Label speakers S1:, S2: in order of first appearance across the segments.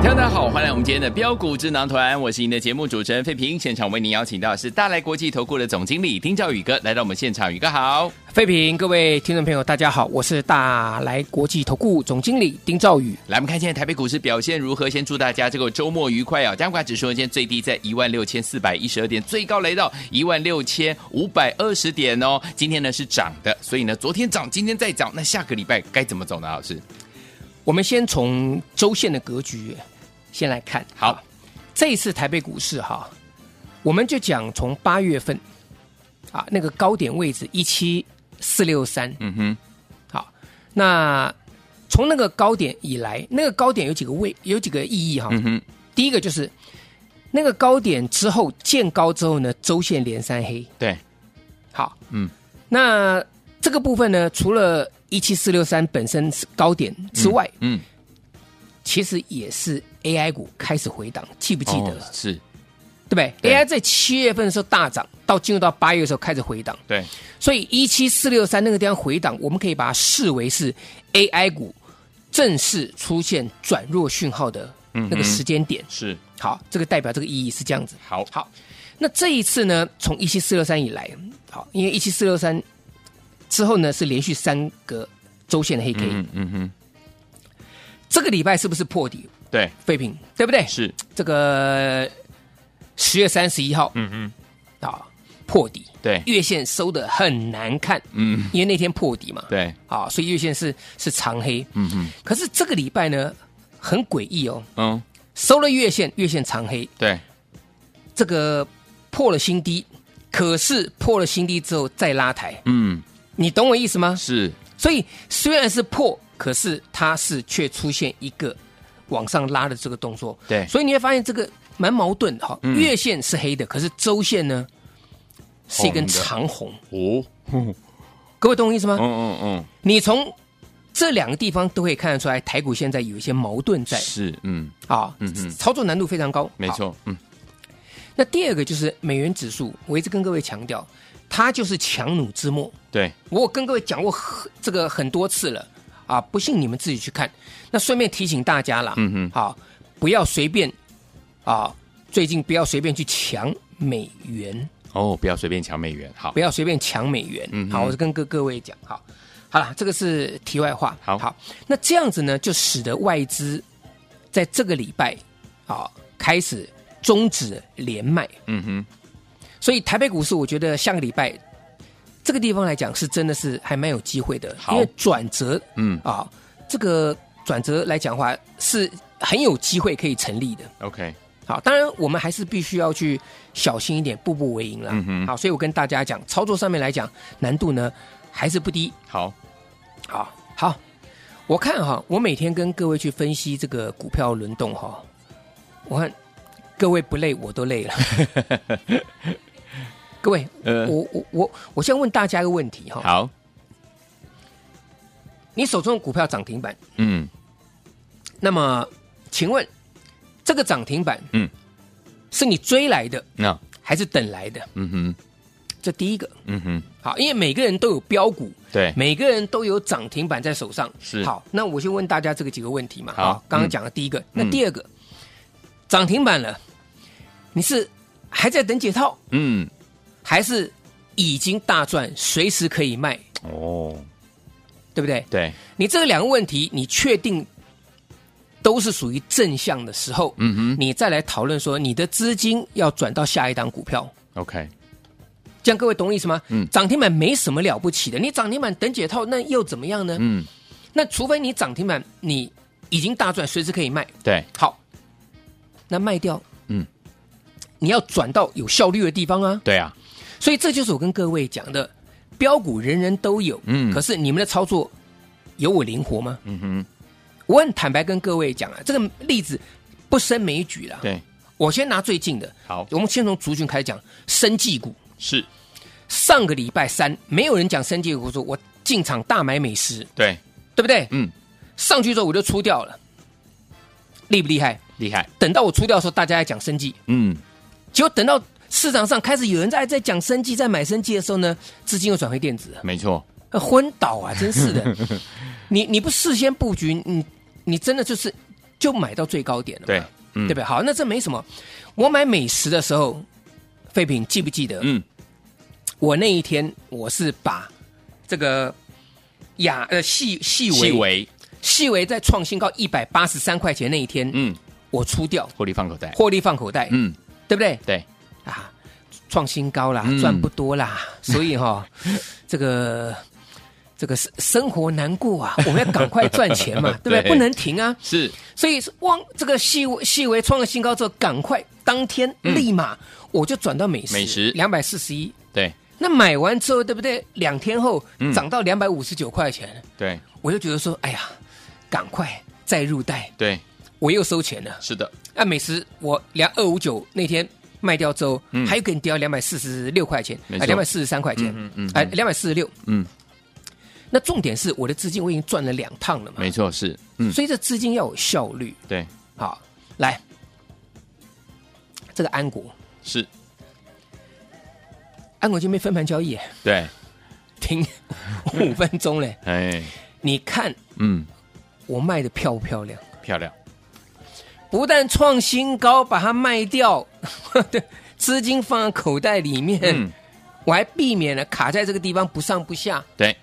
S1: 听众大家好，欢迎来我们今天的标股智囊团，我是您的节目主持人费平。现场为您邀请到的是大来国际投顾的总经理丁兆宇哥来到我们现场，宇哥好。
S2: 废品，各位听众朋友，大家好，我是大来国际投顾总经理丁兆宇。
S1: 来，我们看现在台北股市表现如何？先祝大家这个周末愉快啊！加权指数呢今天最低在16,412点，最高来到16,520点哦。今天呢是涨的，所以呢昨天涨，今天再涨，那下个礼拜该怎么走呢？老师，
S2: 我们先从周线的格局先来看。啊
S1: 好，
S2: 这一次台北股市哈，我们就讲从八月份啊那个高点位置一七四六三，
S1: 嗯哼，
S2: 好，那从那个高点以来，那个高点有几个位，有几个意义哈。
S1: 嗯哼，
S2: 第一个就是那个高点之后见高之后呢，周线连三黑。
S1: 对，
S2: 好，
S1: 嗯，
S2: 那这个部分呢，除了一七四六三本身是高点之外，
S1: 嗯，
S2: 其实也是 AI 股开始回档，记不记得？
S1: 哦是，
S2: 对不对
S1: 对
S2: a i 在七月份的时候大涨，到进入到八月的时候开始回档，
S1: 对，
S2: 所以一七四六三那个地方回档，我们可以把它视为是 AI 股正式出现转弱讯号的那
S1: 嗯哼
S2: 个时间点。
S1: 是，
S2: 好，这个代表这个意义是这样子。
S1: 好，
S2: 好，那这一次呢，从一七四六三以来，好，因为一七四六三之后呢是连续三个周线的黑 K，、
S1: 嗯嗯哼，
S2: 这个礼拜是不是破底
S1: 对，
S2: 废品，对不对？
S1: 是，
S2: 这个十月三十一号
S1: 嗯哼，
S2: 啊破底，
S1: 对，
S2: 月线收的很难看，
S1: 嗯，
S2: 因为那天破底嘛，
S1: 对，
S2: 啊，所以月线是是长黑。
S1: 嗯哼，
S2: 可是这个礼拜呢很诡异哦，
S1: 嗯，
S2: 收了月线，月线长黑，
S1: 对，
S2: 这个破了新低，可是破了新低之后再拉抬，
S1: 嗯，
S2: 你懂我意思吗？
S1: 是，
S2: 所以虽然是破，可是它是却出现一个往上拉的这个动作。
S1: 对
S2: 所以你会发现这个蛮矛盾的哈、
S1: 嗯
S2: 月线是黑的，可是周线呢是一根
S1: 红的
S2: 长红。
S1: 哦，
S2: 各位懂我意思吗？
S1: 嗯嗯嗯，
S2: 你从这两个地方都可以看得出来，台股现在有一些矛盾在
S1: 是，嗯，
S2: 啊，
S1: 嗯嗯
S2: 操作难度非常高。
S1: 没
S2: 好。
S1: 错，嗯，
S2: 那第二个就是美元指数，我一直跟各位强调，它就是强弩之末。
S1: 对，
S2: 我跟各位讲过很这个很多次了啊，不信你们自己去看。那顺便提醒大家啦，
S1: 嗯哼
S2: 好，不要随便啊，最近不要随便去抢美元，
S1: 哦，不要随便抢美元，好
S2: 不，要随便抢美元。
S1: 嗯哼
S2: 好，我是跟各各位讲，好，好了，这个是题外话。
S1: 好
S2: 那这样子呢，就使得外资在这个礼拜啊开始终止连卖，
S1: 嗯哼，
S2: 所以台北股市，我觉得下个礼拜这个地方来讲，是真的是还蛮有机会的，
S1: 好
S2: 因为转折
S1: 嗯
S2: 啊，这个转折来讲的话，是很有机会可以成立的。
S1: ，OK，
S2: 好，当然我们还是必须要去小心一点，步步为营啦。
S1: 嗯哼
S2: 好，所以我跟大家讲，操作上面来讲，难度呢还是不低。
S1: 好，
S2: 好，好，我看哈，我每天跟各位去分析这个股票轮动哈，我看各位不累，我 都累了。各位，
S1: 呃
S2: 我我我我先问大家一个问题哈，
S1: 好，
S2: 你手中的股票涨停板，
S1: 嗯，
S2: 那么请问这个涨停板，
S1: 嗯，
S2: 是你追来的
S1: 那，
S2: 还是等来的？
S1: 嗯哼，
S2: 这第一个。
S1: 嗯哼，
S2: 好，因为每个人都有标股，
S1: 对，
S2: 每个人都有涨停板在手上。
S1: 哎是
S2: 好，那我先问大家这个几个问题嘛。
S1: 好
S2: 啊刚刚
S1: 嗯
S2: 讲的第一个，那第二个，涨停板了，你是还在等解套，
S1: 嗯，
S2: 还是已经大赚，随时可以卖，
S1: 哦，
S2: 对不对？
S1: 对，
S2: 你这两个问题，你确定都是属于正向的时候，
S1: 嗯
S2: 你再来讨论说你的资金要转到下一档股票。
S1: 哼，OK，
S2: 这样各位懂我意思吗？
S1: 嗯
S2: 涨停板没什么了不起的，你涨停板等解套那又怎么样呢？
S1: 嗯，
S2: 那除非你涨停板，你已经大赚，随时可以卖。
S1: 对，
S2: 好，那卖掉，
S1: 嗯，
S2: 你要转到有效率的地方啊。
S1: 对啊，
S2: 所以这就是我跟各位讲的，标股人人都有，
S1: 嗯
S2: 可是你们的操作有我灵活吗？
S1: 嗯哼，
S2: 我很坦白跟各位讲啊，这个例子不胜枚举啦。，
S1: 对，
S2: 我先拿最近的，
S1: 好
S2: 我们先从族群开始讲，生技股。
S1: 是，
S2: 上个礼拜三，没有人讲生技股，说我进场大买美食，
S1: 对，
S2: 对不对？
S1: 嗯，
S2: 上去之后我就出掉了，厉不厉害？
S1: 厉害，
S2: 等到我出掉的时候，大家在讲生技，
S1: 嗯，
S2: 结果等到市场上开始有人在在讲生技，在买生技的时候呢，资金又转回电子了，
S1: 没错，
S2: 呃昏倒啊！真 是的，你你不事先布局，你你真的就是就买到最高点了嘛，
S1: 对，嗯
S2: 对不对？好，那这没什么。我买美食的时候，废品记不记得？
S1: 嗯，
S2: 我那一天我是把这个雅呃细细
S1: 细
S2: 维
S1: 微，
S2: 细维在创新高一百八十三块钱那一天，
S1: 嗯，
S2: 我出掉，
S1: 获利放口袋，
S2: 获利放口袋，
S1: 嗯，
S2: 对不对？
S1: 对，
S2: 啊，创新高啦
S1: 嗯，，
S2: 赚不多啦，所以哈、这个这个生生活难过啊，我们要赶快赚钱嘛 对不对？
S1: 对
S2: 不能停啊，
S1: 是，
S2: 所以是望这个细微细微创了新高之后，赶快当天
S1: 嗯
S2: 立马、我就转到美食，
S1: 美食
S2: 两百四十一。
S1: 对，
S2: 那买完之后，对不对？两天后
S1: 嗯
S2: 涨到两百五十九块钱，
S1: 对，
S2: 我就觉得说，哎呀，赶快再入袋，
S1: 对，
S2: 我又收钱了。
S1: 是的，
S2: 啊，美食我两二五九那天卖掉之后，
S1: 嗯
S2: 还有给你掉两百四十六块钱，
S1: 没
S2: 啊，
S1: 错
S2: 两百四十三块钱
S1: 嗯嗯嗯，
S2: 哎，两百四十六。
S1: 嗯，
S2: 那重点是我的资金我已经赚了两趟了嘛，
S1: 没错，是，嗯，
S2: 所以这资金要有效率。
S1: 对，
S2: 好，来，这个安国，
S1: 是，
S2: 安国今天被分盘交易耶，
S1: 对，
S2: 停五分钟嘞。
S1: 哎，
S2: 你看
S1: 嗯，
S2: 我卖的漂不漂亮？
S1: 漂亮，
S2: 不但创新高把它卖掉， 对，资金放在口袋里面，
S1: 嗯，
S2: 我还避免了卡在这个地方不上不下。
S1: 对，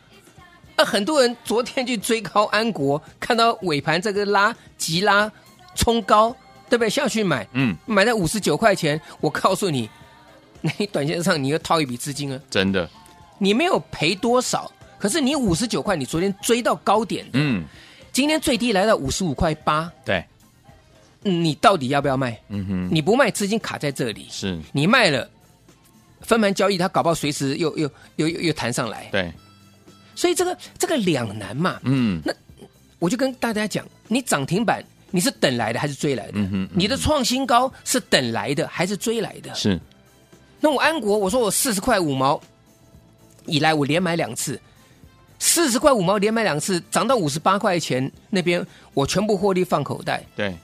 S2: 那很多人昨天去追高安国，看到尾盘这个拉急拉冲高，对不对？下去买，
S1: 嗯，
S2: 买在五十九块钱，我告诉你，你短线上你要套一笔资金啊，
S1: 真的，
S2: 你没有赔多少，可是你五十九块，你昨天追到高点，
S1: 嗯，
S2: 今天最低来到五十五块八，
S1: 对，
S2: 嗯你到底要不要卖？
S1: 嗯哼，
S2: 你不卖，资金卡在这里，
S1: 是，
S2: 你卖了，分盘交易，它搞不好随时又又又又又弹上来，
S1: 对，
S2: 所以这个这个两难嘛，
S1: 嗯，
S2: 我就跟大家讲，你涨停板你是等来的还是追来的？
S1: 嗯哼嗯哼
S2: 你的创新高是等来的还是追来的？
S1: 是，
S2: 那我安国，我说我四十块五毛以来，我连买两次，四十块五毛连买两次，涨到五十八块钱那边，我全部获利放口袋。
S1: 对，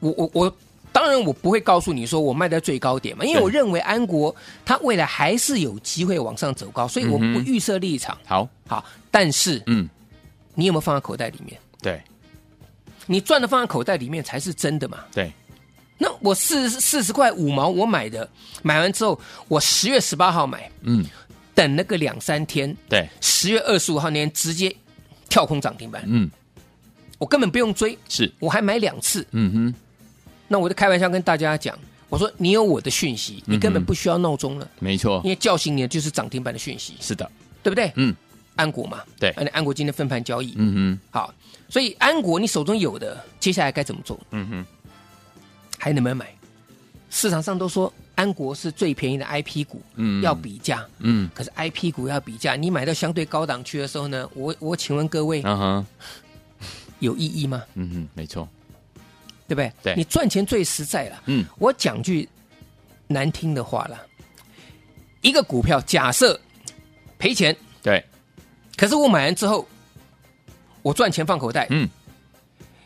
S2: 我我我，当然我不会告诉你说我卖在最高点嘛，因为
S1: 对
S2: 我认为安国它未来还是有机会往上走高，所以我
S1: 嗯哼
S2: 不预设立场。
S1: 好，
S2: 好，但是
S1: 嗯，
S2: 你有没有放在口袋里面？
S1: 对，
S2: 你赚的放在口袋里面才是真的嘛。
S1: 对，
S2: 那我四四十块五毛我买的，买完之后我十月十八号买，
S1: 嗯，
S2: 等那个两三天，
S1: 对，
S2: 十月二十五号那天直接跳空涨停板，
S1: 嗯，
S2: 我根本不用追，
S1: 是，
S2: 我还买两次。
S1: 嗯哼，
S2: 那我就开玩笑跟大家讲，我说你有我的讯
S1: 嗯
S2: 息，你根本不需要闹钟了，
S1: 没错
S2: 因，为叫醒你的就是涨停板的讯息，
S1: 是的，
S2: 对不对？
S1: 嗯，
S2: 安国嘛，啊
S1: 对
S2: 安安国今天分盘交易，
S1: 嗯哼，
S2: 好，所以安国你手中有的，接下来该怎么做？
S1: 嗯哼，
S2: 还能不能买？市场上都说安国是最便宜的 IP 股，
S1: 嗯
S2: 要比价。
S1: 嗯，
S2: 可是 IP 股要比价，你买到相对高档区的时候呢，我我请问各位、
S1: 嗯哼，
S2: 有意义吗？
S1: 嗯哼，没错，
S2: 对不对？
S1: 对
S2: 你赚钱最实在了。
S1: 嗯，
S2: 我讲句难听的话啦，一个股票假设赔钱，
S1: 对，
S2: 可是我买完之后，我赚钱放口袋，
S1: 嗯，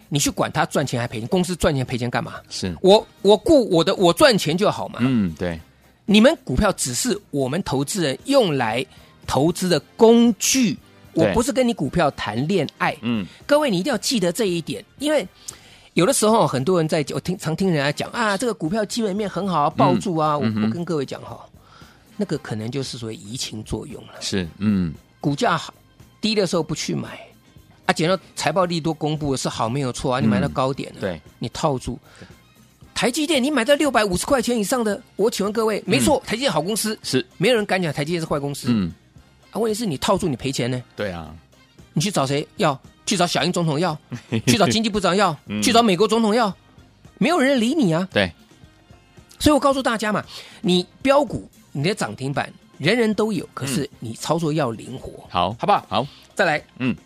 S2: 你去管它赚钱还赔钱，公司赚钱赔钱干嘛？
S1: 是，
S2: 我我顾我的我赚钱就好嘛。
S1: 嗯，对，
S2: 你们股票只是我们投资人用来投资的工具，
S1: 对
S2: 我不是跟你股票谈恋爱。
S1: 嗯，
S2: 各位，你一定要记得这一点，因为有的时候很多人在我听常听人家讲啊，这个股票基本面很好啊，抱住啊。
S1: 嗯哼
S2: 我我跟各位讲哈，那个可能就是所谓移情作用了。
S1: 是，嗯，
S2: 股价好低的时候不去买，啊，等到财报利多公布的是好没有错啊，你买到高点了，
S1: 嗯对，
S2: 你套住。台积电，你买到六百五十块钱以上的，我请问各位，没
S1: 嗯
S2: 错，台积电好公司，
S1: 是，
S2: 没有人敢讲台积电是坏公司。
S1: 嗯，
S2: 啊，问题是你套住你赔钱呢，
S1: 对啊，
S2: 你去找谁要？去找小英总统 要，去找经济部长要，
S1: 嗯
S2: 去找美国总统要，没有人理你啊。
S1: 对，
S2: 所以我告诉大家嘛，你标股你的涨停板人人都有，
S1: 嗯
S2: 可是你操作要灵活。
S1: 好，
S2: 好不好
S1: 好，
S2: 再来
S1: 嗯，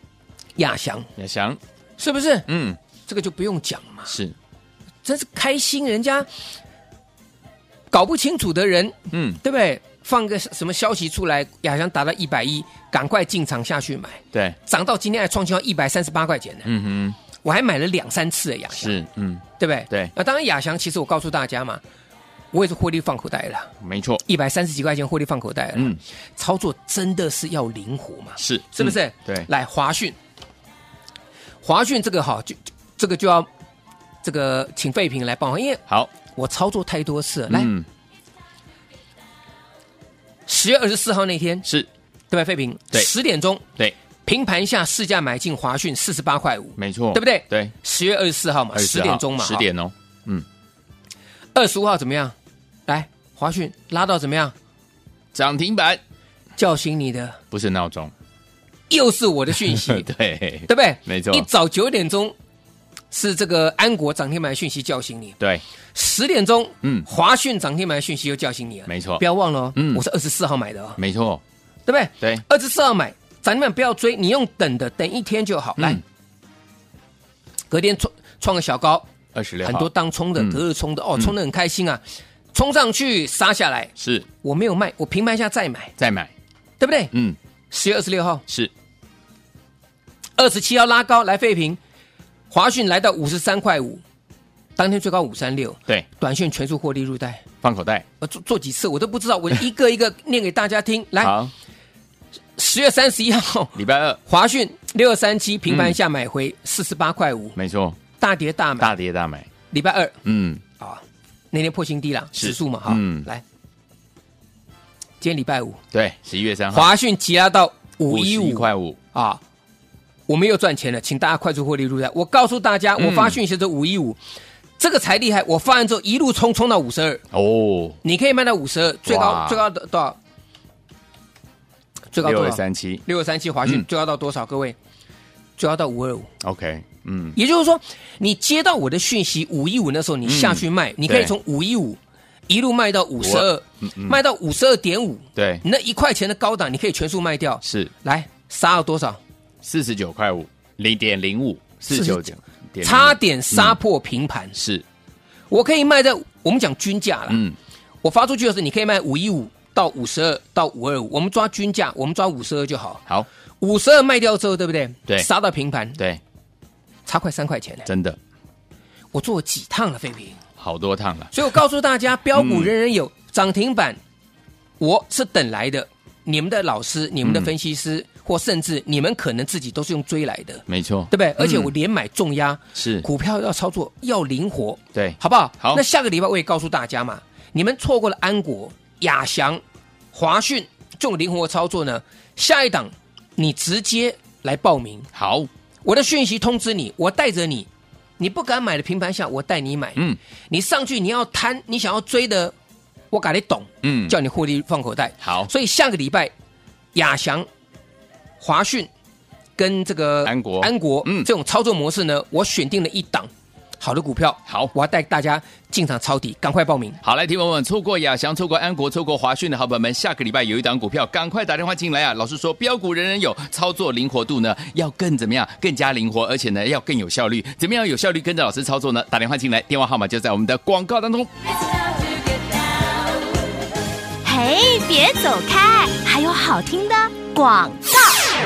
S2: 亚翔
S1: 亚翔，
S2: 是不是？
S1: 嗯，
S2: 这个就不用讲嘛，
S1: 是，
S2: 真是开心，人家搞不清楚的人，
S1: 嗯，
S2: 对不对？放个什么消息出来，亚翔达到一百一，赶快进场下去买，
S1: 对，
S2: 涨到今天还创新高一百三十八块钱呢，
S1: 嗯哼，
S2: 我还买了两三次的亚翔，
S1: 是，嗯，
S2: 对不对？
S1: 对
S2: 那当然亚翔，其实我告诉大家嘛，我也是获利放口袋了。
S1: 没错，
S2: 一百三十几块钱获利放口袋了，
S1: 嗯，
S2: 操作真的是要灵活嘛，
S1: 是，
S2: 是不是？
S1: 嗯对，
S2: 来华讯，华讯这个好，就就这个就要这个请费平来帮我，因为
S1: 好，
S2: 我操作太多次了。来，
S1: 嗯
S2: 十、月二十四号那天，
S1: 是，
S2: 对吧？费平，
S1: 对
S2: 十点钟
S1: 对，
S2: 平盘下市价买进华讯四十八块五，
S1: 没错，
S2: 对不对
S1: 对，
S2: 十月二十四号嘛，十点钟嘛，
S1: 十点哦，
S2: 二十五号怎么样？来，华讯拉到怎么样？
S1: 涨停板
S2: 叫醒你的
S1: 不是闹钟，
S2: 又是我的 讯息，
S1: 对，
S2: 对不对？
S1: 没错
S2: 嗯一早九点钟是这个安国涨停板讯息叫醒你，
S1: 对，
S2: 十点钟，
S1: 嗯
S2: 嗯，华讯涨停板讯息又叫醒你了，
S1: 没错
S2: 不要忘了哦，
S1: 嗯
S2: 我是二十四号买的哦，
S1: 没错，
S2: 对不对？
S1: 对，
S2: 二十四号买涨停板不要追，你用等的，等一天就好。来
S1: 嗯，
S2: 隔天创创个小高，
S1: 二十六，
S2: 很多当冲的
S1: 嗯，
S2: 隔日冲的，哦，冲的很开心啊，冲上去杀下来，
S1: 是
S2: 我没有卖，我平盘下再买，
S1: 再买，
S2: 对不对？
S1: 嗯，
S2: 十月二十六号，
S1: 是，
S2: 二十七号拉高来废平，华讯来到五十三块五，当天最高五三六，
S1: 对，
S2: 短线全数获利入袋。
S1: 放口袋，
S2: 我做做几次我都不知道，我一个一个念给大家听。来，
S1: 好，
S2: 十月三十一号，
S1: 礼拜二，
S2: 华讯六二三七平盘下买回四十八块五，
S1: 没错，
S2: 大跌大买。
S1: 嗯大跌大买，
S2: 礼拜二
S1: 嗯，
S2: 啊，那天破新低了，
S1: 是
S2: 指数嘛哈
S1: 嗯。
S2: 来，今天礼拜五，
S1: 对，十一月三号，
S2: 华讯急拉到五一
S1: 51
S2: 五
S1: 块五，
S2: 啊，我们又赚钱了，请大家快速获利入袋。我告诉大家，
S1: 嗯
S2: 我发讯息的五一五，这个才厉害。我发完之后一路冲冲到五十二，
S1: 哦，
S2: 你可以卖到五十二，最
S1: 哇
S2: 高最高的多少？最高
S1: 六
S2: 多
S1: 二
S2: 少？
S1: 三七
S2: 六二三七华讯
S1: 嗯
S2: 最高到多少？各位，最高到五二五。
S1: ，OK，嗯，
S2: 也就是说，你接到我的讯息五一五那时候，你下去卖，你可以
S1: 嗯对嗯
S2: 从五一五一路卖到五十二，卖到五十二点五，
S1: 对，
S2: 你那一块钱的高档你可以全数卖掉，
S1: 是
S2: 来杀了多少？
S1: 四十九块五，零点零五，四九九，
S2: 差点杀破平盘。
S1: 嗯是，
S2: 我可以卖在我们讲均价啦，
S1: 嗯，
S2: 我发出去的时候，你可以卖五一五到五十二到五二五，我们抓均价，我们抓五十二就好。
S1: 好，
S2: 五十二卖掉之后，对不对？
S1: 对
S2: 杀到平盘，
S1: 对，
S2: 差快三块钱呢。
S1: 真的
S2: 我做几趟了，废品。
S1: 好多趟了，
S2: 所以我告诉大家，标股人人
S1: 嗯
S2: 有，涨停板我是等来的。你们的老师、你们
S1: 嗯
S2: 的分析师，或甚至你们可能自己都是用追来的，
S1: 没错
S2: 对，不对？而且
S1: 嗯
S2: 我连买重压，
S1: 是，
S2: 股票要操作要灵活，
S1: 对，
S2: 好不好？
S1: 好
S2: 那下个礼拜我也告诉大家嘛，你们错过了安国、亚翔、华讯这种灵活操作呢，下一档你直接来报名，
S1: 好，
S2: 我的讯息通知你，我带着你，你不敢买的平盘下，我带你买。
S1: 嗯
S2: 你上去你要贪，你想要追的，我搞得懂，
S1: 嗯，
S2: 叫你获利放口袋。
S1: 好，
S2: 所以下个礼拜，亚翔、华讯跟这个
S1: 安国
S2: 安国，
S1: 嗯
S2: 嗯，这种操作模式呢，我选定了一档好的股票，
S1: 好
S2: 我要带大家进场抄底，赶快报名。
S1: 好，来，听众朋友们，错过亚翔、错过安国、错过华讯的好朋友们，下个礼拜有一档股票，赶快打电话进来啊！老师说，标股人人有，操作灵活度呢要更怎么样？更加灵活，而且呢要更有效率。怎么样有效率跟着老师操作呢？打电话进来，电话号码就在我们的广告当中。
S3: 嘿，别走开，还有好听的广告。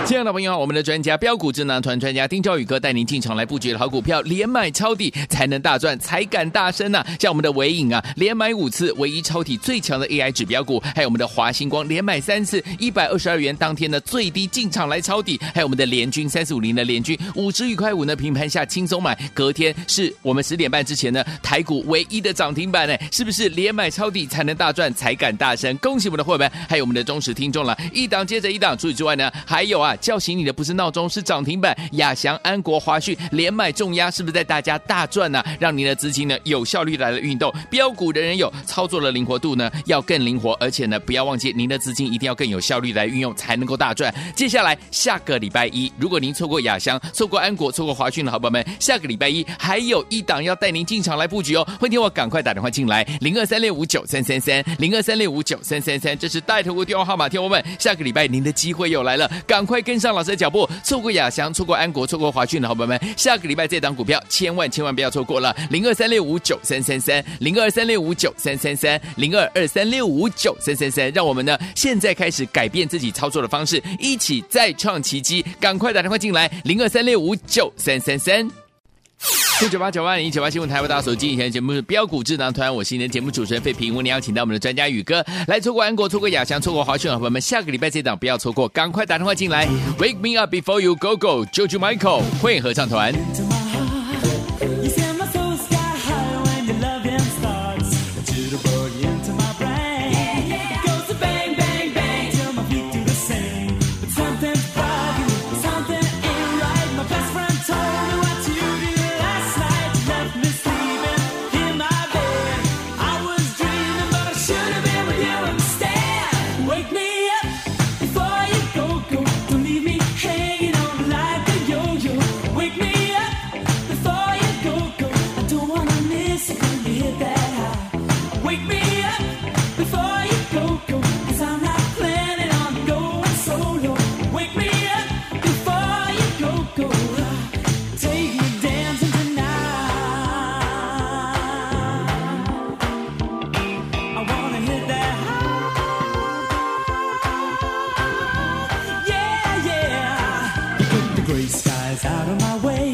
S1: 亲爱的朋友，我们的专家标股智囊团专家丁兆宇哥带您进场来布局的好股票，连买抄底才能大赚，才敢大声呐、像我们的伟影啊，连买五次，唯一抄底最强的 AI 指标股，还有我们的华星光连买三次，一百二十二元当天呢最低进场来抄底，还有我们的联军三四五零的联军五十一块五呢平盘下轻松买，隔天是我们十点半之前呢台股唯一的涨停板呢，是不是连买抄底才能大赚，才敢大声？恭喜我们的会员，还有我们的忠实听众了，一档接着一档。除此之外呢，还有。有啊，叫醒你的不是闹钟，是涨停板。亚翔、安国、华讯连买重压，是不是在大家大赚呢、让您的资金呢有效率来了运动，标股人人有，操作的灵活度呢要更灵活，而且呢不要忘记您的资金一定要更有效率来运用，才能够大赚。接下来下个礼拜一，如果您错过亚翔、错过安国、错过华讯的好朋友们，下个礼拜一还有一档要带您进场来布局哦，欢迎我赶快打电话进来，零二三六五九三三三，零二三六五九三三三，这是带头的电话号码，听我们下个礼拜您的机会又来了，赶快跟上老师的脚步，错过亚翔、错过安国、错过华讯的好朋友们，下个礼拜这档股票千万千万不要错过了，零二三六五九三三三，零二三六五九三三三，零二二三六五九三三三，让我们呢现在开始改变自己操作的方式，一起再创奇迹，赶快打电话进来，零二三六五九三三三。六九八九八零一九八新闻台为大家所进行的节目是标股智囊团，我是你的节目主持人费平。我们邀请到我们的专家宇哥来错过安国、错过亚翔、错过华讯的好朋友们，下个礼拜这档不要错过，赶快打电话进来。Wake me up before you go go，j o j o Michael 会合唱团。
S4: to my heart. You set my soul sky high when your loving starts. A jitterbug into my brain. Goes to bang, bang, bang till my feet do the same. But something's bugging, something ain't right. My best friend told me what you did last night. You left me sleeping in my bed. I was dreaming, but I should have been with you instead. Wake me up before you go, go. Don't leave me hanging on like a yo-yo. Wake me up before you go, go. I don't wanna miss it when you hit that high. Wake me up before you go, go. Cause I'm not planning on going solo. Wake me up before you go, go. Take me dancing tonight. I wanna hit that high. Yeah, yeah. You put the gray skies out of my way.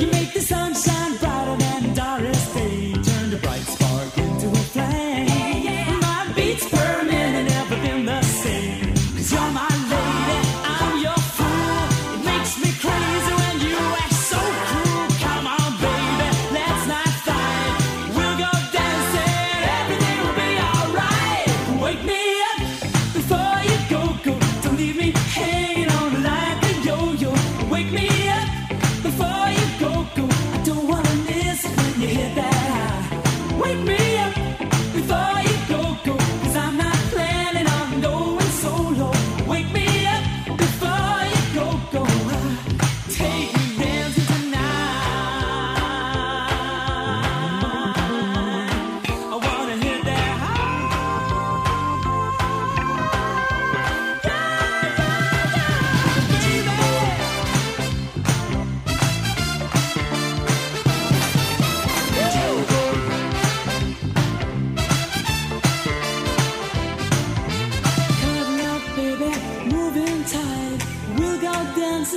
S4: You make the sunshine brighter than Doris Day. Turned a bright spark into a flame. My beats per minute never been the same. Cause you're my lady, I'm your fool. It makes me crazy when you act so cruel. Come on, baby, let's not fight. We'll go dancing, everything will be alright. Wake me up before you go, go. Don't leave me hanging on like a yo-yo. Wake me up before you go, go. I don't wanna miss it when you hit that high. Wake me up before you go, go. Cause I'm not planning on going solo. Wake me up before you go, go. Take me dancing tonight. I wanna hit that high.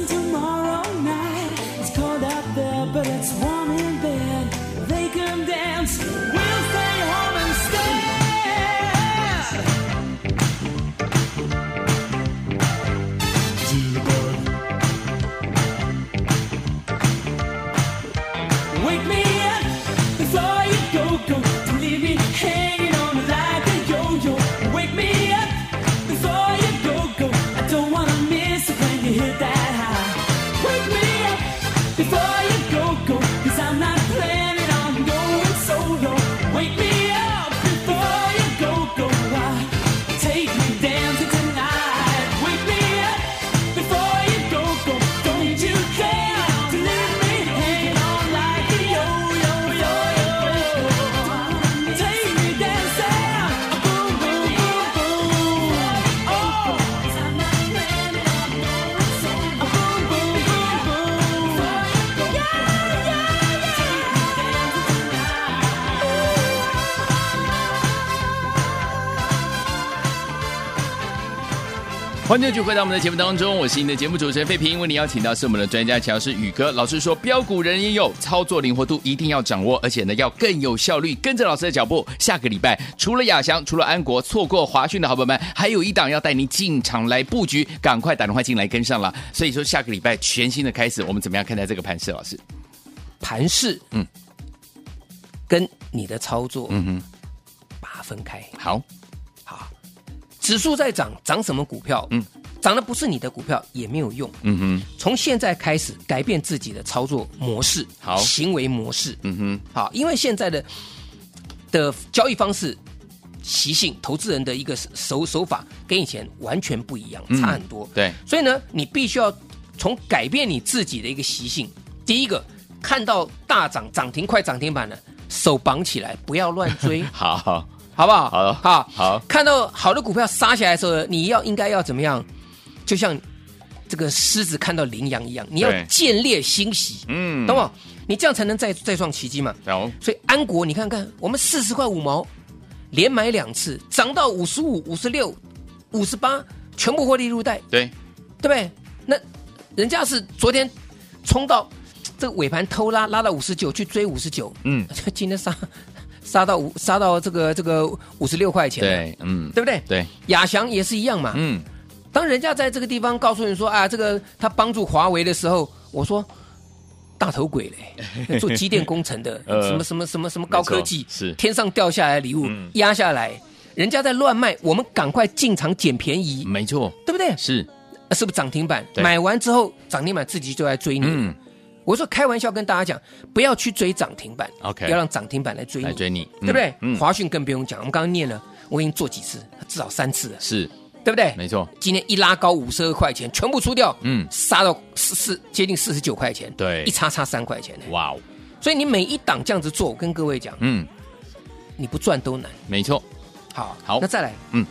S4: Tomorrow night, it's cold out there, but it's warm in bed. They can dance, we'll stay home and stay. Wake me up before you go go. Don't leave me hanging on like a yo-yo. Wake me up before you go go. I don't wanna miss it when you hit that high. Wake me up before you go go. Cause I'm not planning on going solo. Wake me up before you go go. Ah, Take me dancing tonight. Wake me up before you go go. Don't you care to let me hang on like a yo yo yo yo? Take me dancing, a boom boom boom boom. Oh, a boom boom boom boom. Yeah yeah yeah. Ooh.
S1: 欢迎继续回到我们的节目当中，我是您的节目主持人费平，为您邀请到是我们的专家乔师宇哥老师说，标股人也有，操作灵活度一定要掌握，而且呢要更有效率，跟着老师的脚步。下个礼拜除了亚翔，除了安国，错过华讯的好朋友们，还有一档要带您进场来布局，赶快打电话进来跟上了。所以说下个礼拜全新的开始，我们怎么样看待这个盘势？老师，
S2: 盘势，
S1: 嗯，
S2: 跟你的操作，
S1: 嗯哼，
S2: 把它分开。
S1: 好，
S2: 指数在涨，涨什么股票？
S1: 嗯，
S2: 涨的不是你的股票也没有用。
S1: 嗯哼，
S2: 从现在开始改变自己的操作模式，
S1: 好
S2: 行为模式，
S1: 嗯哼，
S2: 好，因为现在的的交易方式、习性、投资人的一个手手法跟以前完全不一样，
S1: 嗯
S2: 差很多。
S1: 对，
S2: 所以呢，你必须要从改变你自己的一个习性。第一个，看到大涨、涨停快涨停板了，手绑起来，不要乱 追，
S1: 好好
S2: 好不好？
S1: 好
S2: 好，
S1: 好
S2: 看到好的股票杀下来的时候呢，你要应该要怎么样？就像这个狮子看到羚羊一样，你要
S1: 对
S2: 见猎欣喜，
S1: 嗯
S2: 懂吗？你这样才能再再创奇迹嘛。
S1: 懂，
S2: 所以安国，你看看，我们四十块五毛，连买两次，涨到五十五、五十六、五十八，全部获利入袋，
S1: 对，
S2: 对不对？那人家是昨天冲到这个尾盘偷拉，拉到五十九去追五十九，
S1: 嗯，
S2: 今天杀杀到五杀到这个这个五十六块钱，，
S1: 对，嗯，
S2: 对不对？
S1: 对，
S2: 亚翔也是一样嘛。
S1: 嗯，
S2: 当人家在这个地方告诉你说啊，这个他帮助华为的时候，我说大头鬼 嘞，做机电工程的，
S1: 呃
S2: 什么什么什么什么高科技
S1: 没，错是
S2: 天上掉下来的礼物、
S1: 嗯
S2: 压下来，人家在乱卖，我们赶快进场捡便宜，
S1: 没错，
S2: 对不对？
S1: 是，
S2: 啊是不是涨停板？
S1: 嗯对
S2: 买完之后涨停板自己就来追你。
S1: 嗯，
S2: 我说开玩笑跟大家讲，不要去追涨停板
S1: OK
S2: 要让涨停板来追
S1: 来
S2: 你，
S1: 追你，
S2: 对不对？
S1: 嗯，
S2: 华讯更不用讲，我们刚刚念了，我已经做几次，至少三次了，
S1: 是，
S2: 对不对？
S1: 没错，
S2: 今天一拉高五十二块钱，全部出掉，
S1: 嗯
S2: 杀到四四接近四十九块钱，
S1: 对
S2: 一差差三块钱呢。
S1: 哇哦，
S2: 所以你每一档这样子做，我跟各位讲，
S1: 嗯，
S2: 你不赚都难。
S1: 没错，
S2: 好，
S1: 好
S2: 那再来，
S1: 嗯，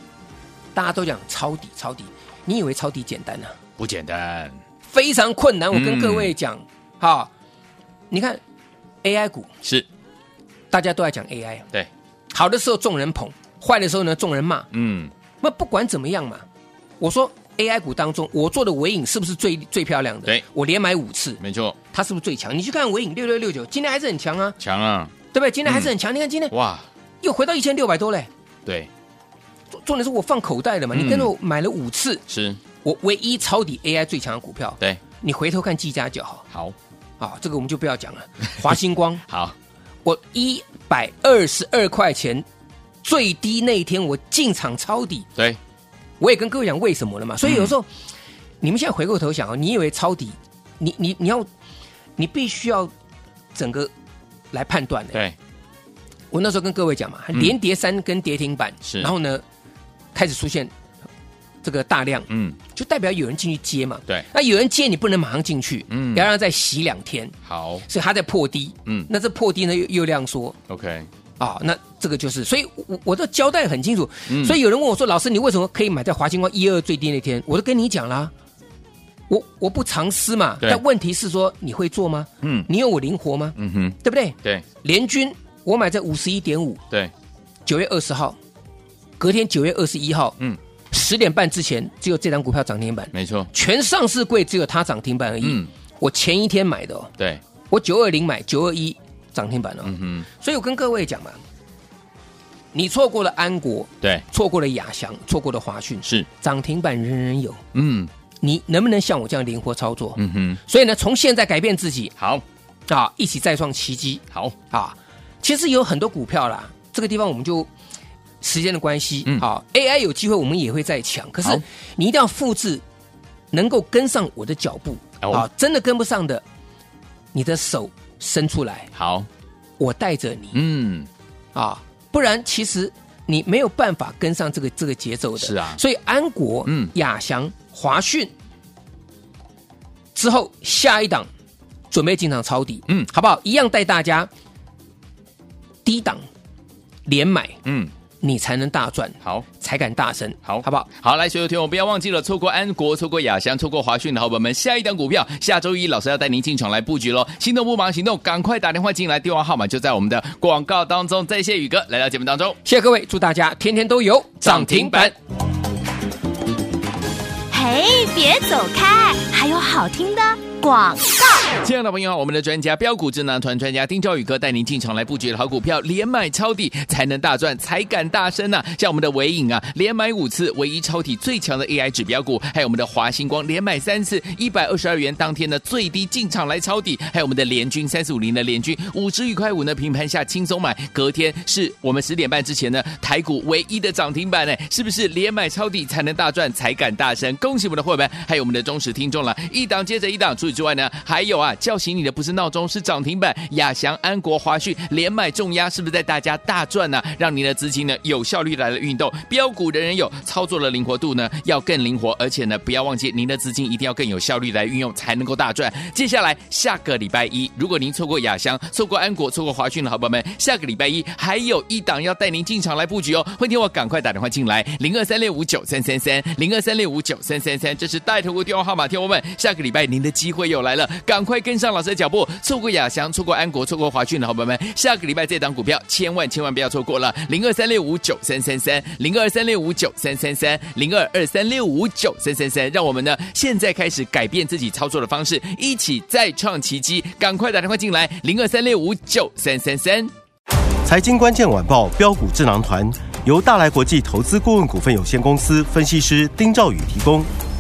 S2: 大家都讲抄底，抄底，你以为抄底简单啊？
S1: 不简单，
S2: 非常困难。我
S1: 嗯
S2: 跟各位讲，好，你看 AI 股，
S1: 是，
S2: 大家都在讲 AI，
S1: 对，
S2: 好的时候众人捧，坏的时候呢众人骂。
S1: 嗯，
S2: 那不管怎么样嘛，我说 AI 股当中，我做的尾影是不是最最漂亮的？
S1: 对
S2: 我连买五次，
S1: 没错，
S2: 它是不是最强？你去看尾影六六六九，今天还是很强啊，
S1: 强啊，
S2: 对不对？今天还是很强。你看今天
S1: 哇，
S2: 又回到一千六百多嘞。
S1: 对，
S2: 重重点是我放口袋了嘛，你
S1: 嗯
S2: 跟着我买了五次，
S1: 是，
S2: 我唯一抄底 AI 最强的股票。
S1: 对，
S2: 你回头看技嘉就好
S1: 好，
S2: 啊、这个我们就不要讲 了。华星光，
S1: 好，
S2: 我一百二十二块钱最低那一天我进场抄底，
S1: 对，
S2: 我也跟各位讲为什么了嘛。所以有时
S1: 嗯
S2: 候、你们现在回过头想哦，你以为抄底，你你你要你必须要整个来判断的。
S1: 对，
S2: 我那时候跟各位讲嘛，连跌三根跌停板，
S1: 嗯是
S2: 然后呢开始出现这个大量，
S1: 嗯，
S2: 就代表有人进去接嘛。
S1: 对
S2: 那有人接你不能马上进去，
S1: 嗯
S2: 要让它再洗两天，
S1: 好
S2: 所以它在破低，
S1: 嗯
S2: 那这破低呢又又量缩，
S1: ，OK，
S2: 啊、那这个就是，所以我我都交代很清楚。
S1: 嗯
S2: 所以有人问我说：“老师，你为什么可以买在华星光一二最低那天？”我都跟你讲啦，我我不藏私嘛。
S1: 对
S2: 但问题是说，你会做吗？
S1: 嗯
S2: 你有我灵活吗？
S1: 嗯哼，
S2: 对不对？
S1: 对
S2: 联军我买在五十一点五，
S1: 对，
S2: 九月二十号，隔天九月二十一号，
S1: 嗯，
S2: 十点半之前只有这张股票涨停板，
S1: 没错，
S2: 全上市柜只有它涨停板而已。
S1: 嗯
S2: 我前一天买的、哦，
S1: 对，
S2: 我九二零买九二一涨停板哦。
S1: 嗯
S2: 所以我跟各位讲嘛，你错过了安国，
S1: 哼，对，
S2: 错过了亚翔，错过了华讯，
S1: 是，
S2: 涨停板人人有。
S1: 嗯
S2: 你能不能像我这样灵活操作？
S1: 嗯哼，
S2: 所以呢，从现在改变自己
S1: 好，
S2: 啊，一起再创奇迹
S1: 好，
S2: 啊！其实有很多股票啦，这个地方我们就时间的关系、
S1: 嗯
S2: 啊，AI 有机会我们也会再抢，可是
S1: 好
S2: 你一定要复制，能够跟上我的脚步、
S1: 哦
S2: 啊！真的跟不上的，你的手伸出来，
S1: 好，
S2: 我带着你。
S1: 嗯，
S2: 啊，不然其实你没有办法跟上这个这个节奏的。
S1: 是啊
S2: 所以安国、
S1: 嗯
S2: 嗯、亚翔、华讯之后下一档准备进场抄底，
S1: 嗯
S2: 好不好？一样带大家低档连买，
S1: 嗯，
S2: 你才能大赚，
S1: 好。
S2: 才敢大声，
S1: 好，
S2: 好不好？？
S1: 好，来，所有听众不要忘记了，错过安国、错过亚翔、错过华讯的好朋友们，下一档股票下周一老师要带您进场来布局喽！心动不忙行动，赶快打电话进来，电话号码就在我们的广告当中。再谢宇哥来到节目当中。
S2: 谢谢各位，祝大家天天都有涨停板。
S3: 嘿，别走开，还有好听的广
S1: 亲爱的朋友，我们的专家标股智囊团专家丁兆宇哥带您进场来布局的好股票，连买抄底才能大赚，才敢大声呐、像我们的伟影啊，连买五次，唯一抄底最强的 AI 指标股；还有我们的华星光，连买三次，一百二十二元当天的最低进场来抄底；还有我们的联军三四五零的联军，五十一块五呢，平盘下轻松买，隔天是我们十点半之前呢，台股唯一的涨停板呢，是不是连买抄底才能大赚，才敢大声？恭喜我们的会员，还有我们的忠实听众了，一档接着一档。除此之外呢，还有啊，叫醒你的不是闹钟，是涨停板。亚翔、安国、华讯连买重压，是不是在大家大赚呢、让您的资金呢有效率来了运动，标股人人有，操作的灵活度呢要更灵活，而且呢不要忘记您的资金一定要更有效率来运用，才能够大赚。接下来下个礼拜一，如果您错过亚翔、错过安国、错过华讯的好朋友们，下个礼拜一还有一档要带您进场来布局哦。欢迎我赶快打电话进来，零二三六五九三三三，零二三六五九三三三，这是带头的电话号码，听我们下个礼拜您的机会又来了，赶快跟上老师的脚步，错过亚翔、错过安国、错过华讯的好朋友们，下个礼拜这档股票千万千万不要错过了，零二三六五九三三三，零二三六五九三三三，零二二三六五九三三三，让我们呢现在开始改变自己操作的方式，一起再创奇迹，赶快打电话进来，零二三六五九三三三。
S5: 财经关键晚报标股智囊团由大来国际投资顾问股份有限公司分析师丁兆宇提供。